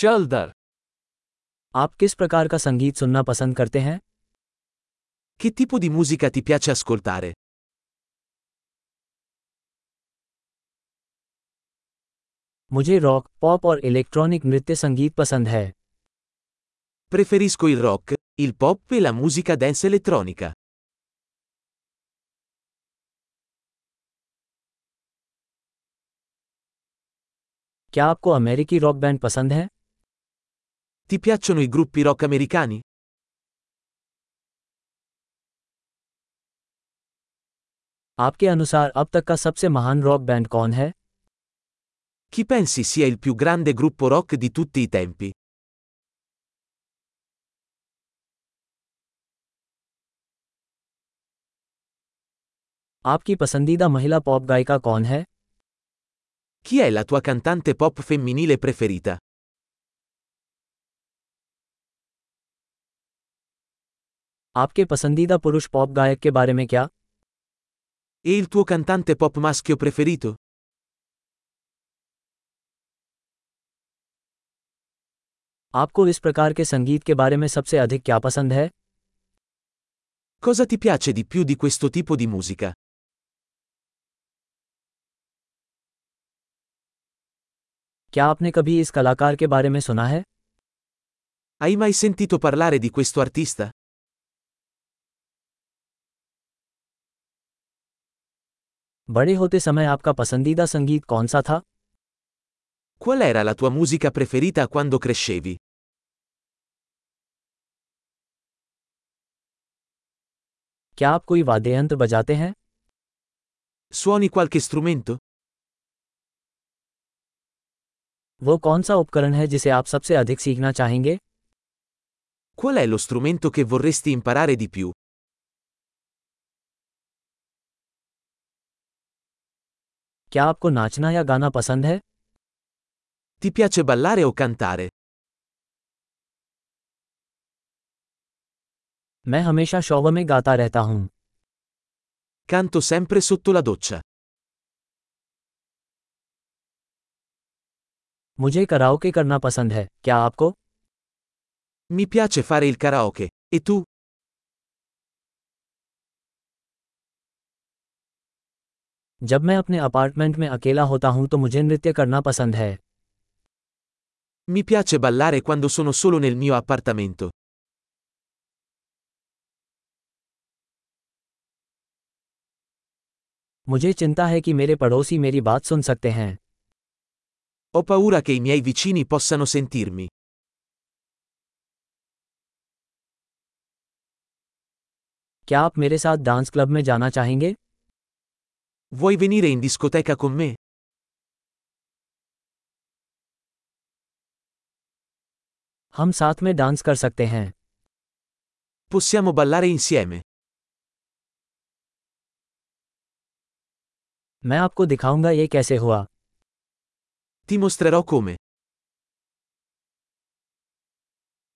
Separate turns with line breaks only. चल दर
आप किस प्रकार का संगीत सुनना पसंद करते हैं
Che tipo di musica ti piace ascoltare?
मुझे रॉक पॉप और इलेक्ट्रॉनिक नृत्य संगीत पसंद है
Preferisco il rock, il pop e la musica dance elettronica.
क्या आपको अमेरिकी रॉक बैंड पसंद है
Ti piacciono i gruppi rock americani?
आपके अनुसार अब तक का सबसे महान रॉक बैंड कौन है
Chi pensi sia il più grande gruppo rock di tutti i tempi?
आपकी पसंदीदा महिला पॉप गायिका कौन है
Chi è la tua cantante pop femminile preferita?
आपके पसंदीदा पुरुष पॉप गायक के बारे में क्या
E il tuo cantante pop maschio preferito?
आपको इस प्रकार के संगीत के बारे में सबसे अधिक क्या पसंद है
Cosa ti piace di più di questo tipo di musica?
क्या आपने कभी इस कलाकार के बारे में सुना है
Hai mai sentito parlare di questo artista?
बड़े होते समय आपका पसंदीदा संगीत कौन सा था
Qual era la tua musica preferita quando crescevi?
क्या आप कोई वाद्य यंत्र बजाते हैं
Suoni qualche strumento?
वो कौन सा उपकरण है जिसे आप सबसे अधिक सीखना चाहेंगे
Qual è lo strumento che vorresti imparare di più?
क्या आपको नाचना या गाना पसंद है
Ti piace ballare o cantare?
मैं हमेशा शौव में गाता रहता हूँ
Canto sempre sotto la doccia.
मुझे कराओके करना पसंद है क्या आपको
Mi piace fare il karaoke. E tu?
जब मैं अपने अपार्टमेंट में अकेला होता हूँ तो मुझे नृत्य करना पसंद है
Mi piace ballare quando sono solo nel mio appartamento.
मुझे चिंता है कि मेरे पड़ोसी मेरी बात सुन सकते हैं
Ho paura che i miei vicini possano sentirmi.
क्या आप मेरे साथ डांस क्लब में जाना चाहेंगे
Vuoi venire in discoteca con me?
हम साथ में डांस कर सकते हैं
Possiamo ballare insieme.
मैं आपको दिखाऊंगा ये कैसे हुआ
Ti mostrerò come.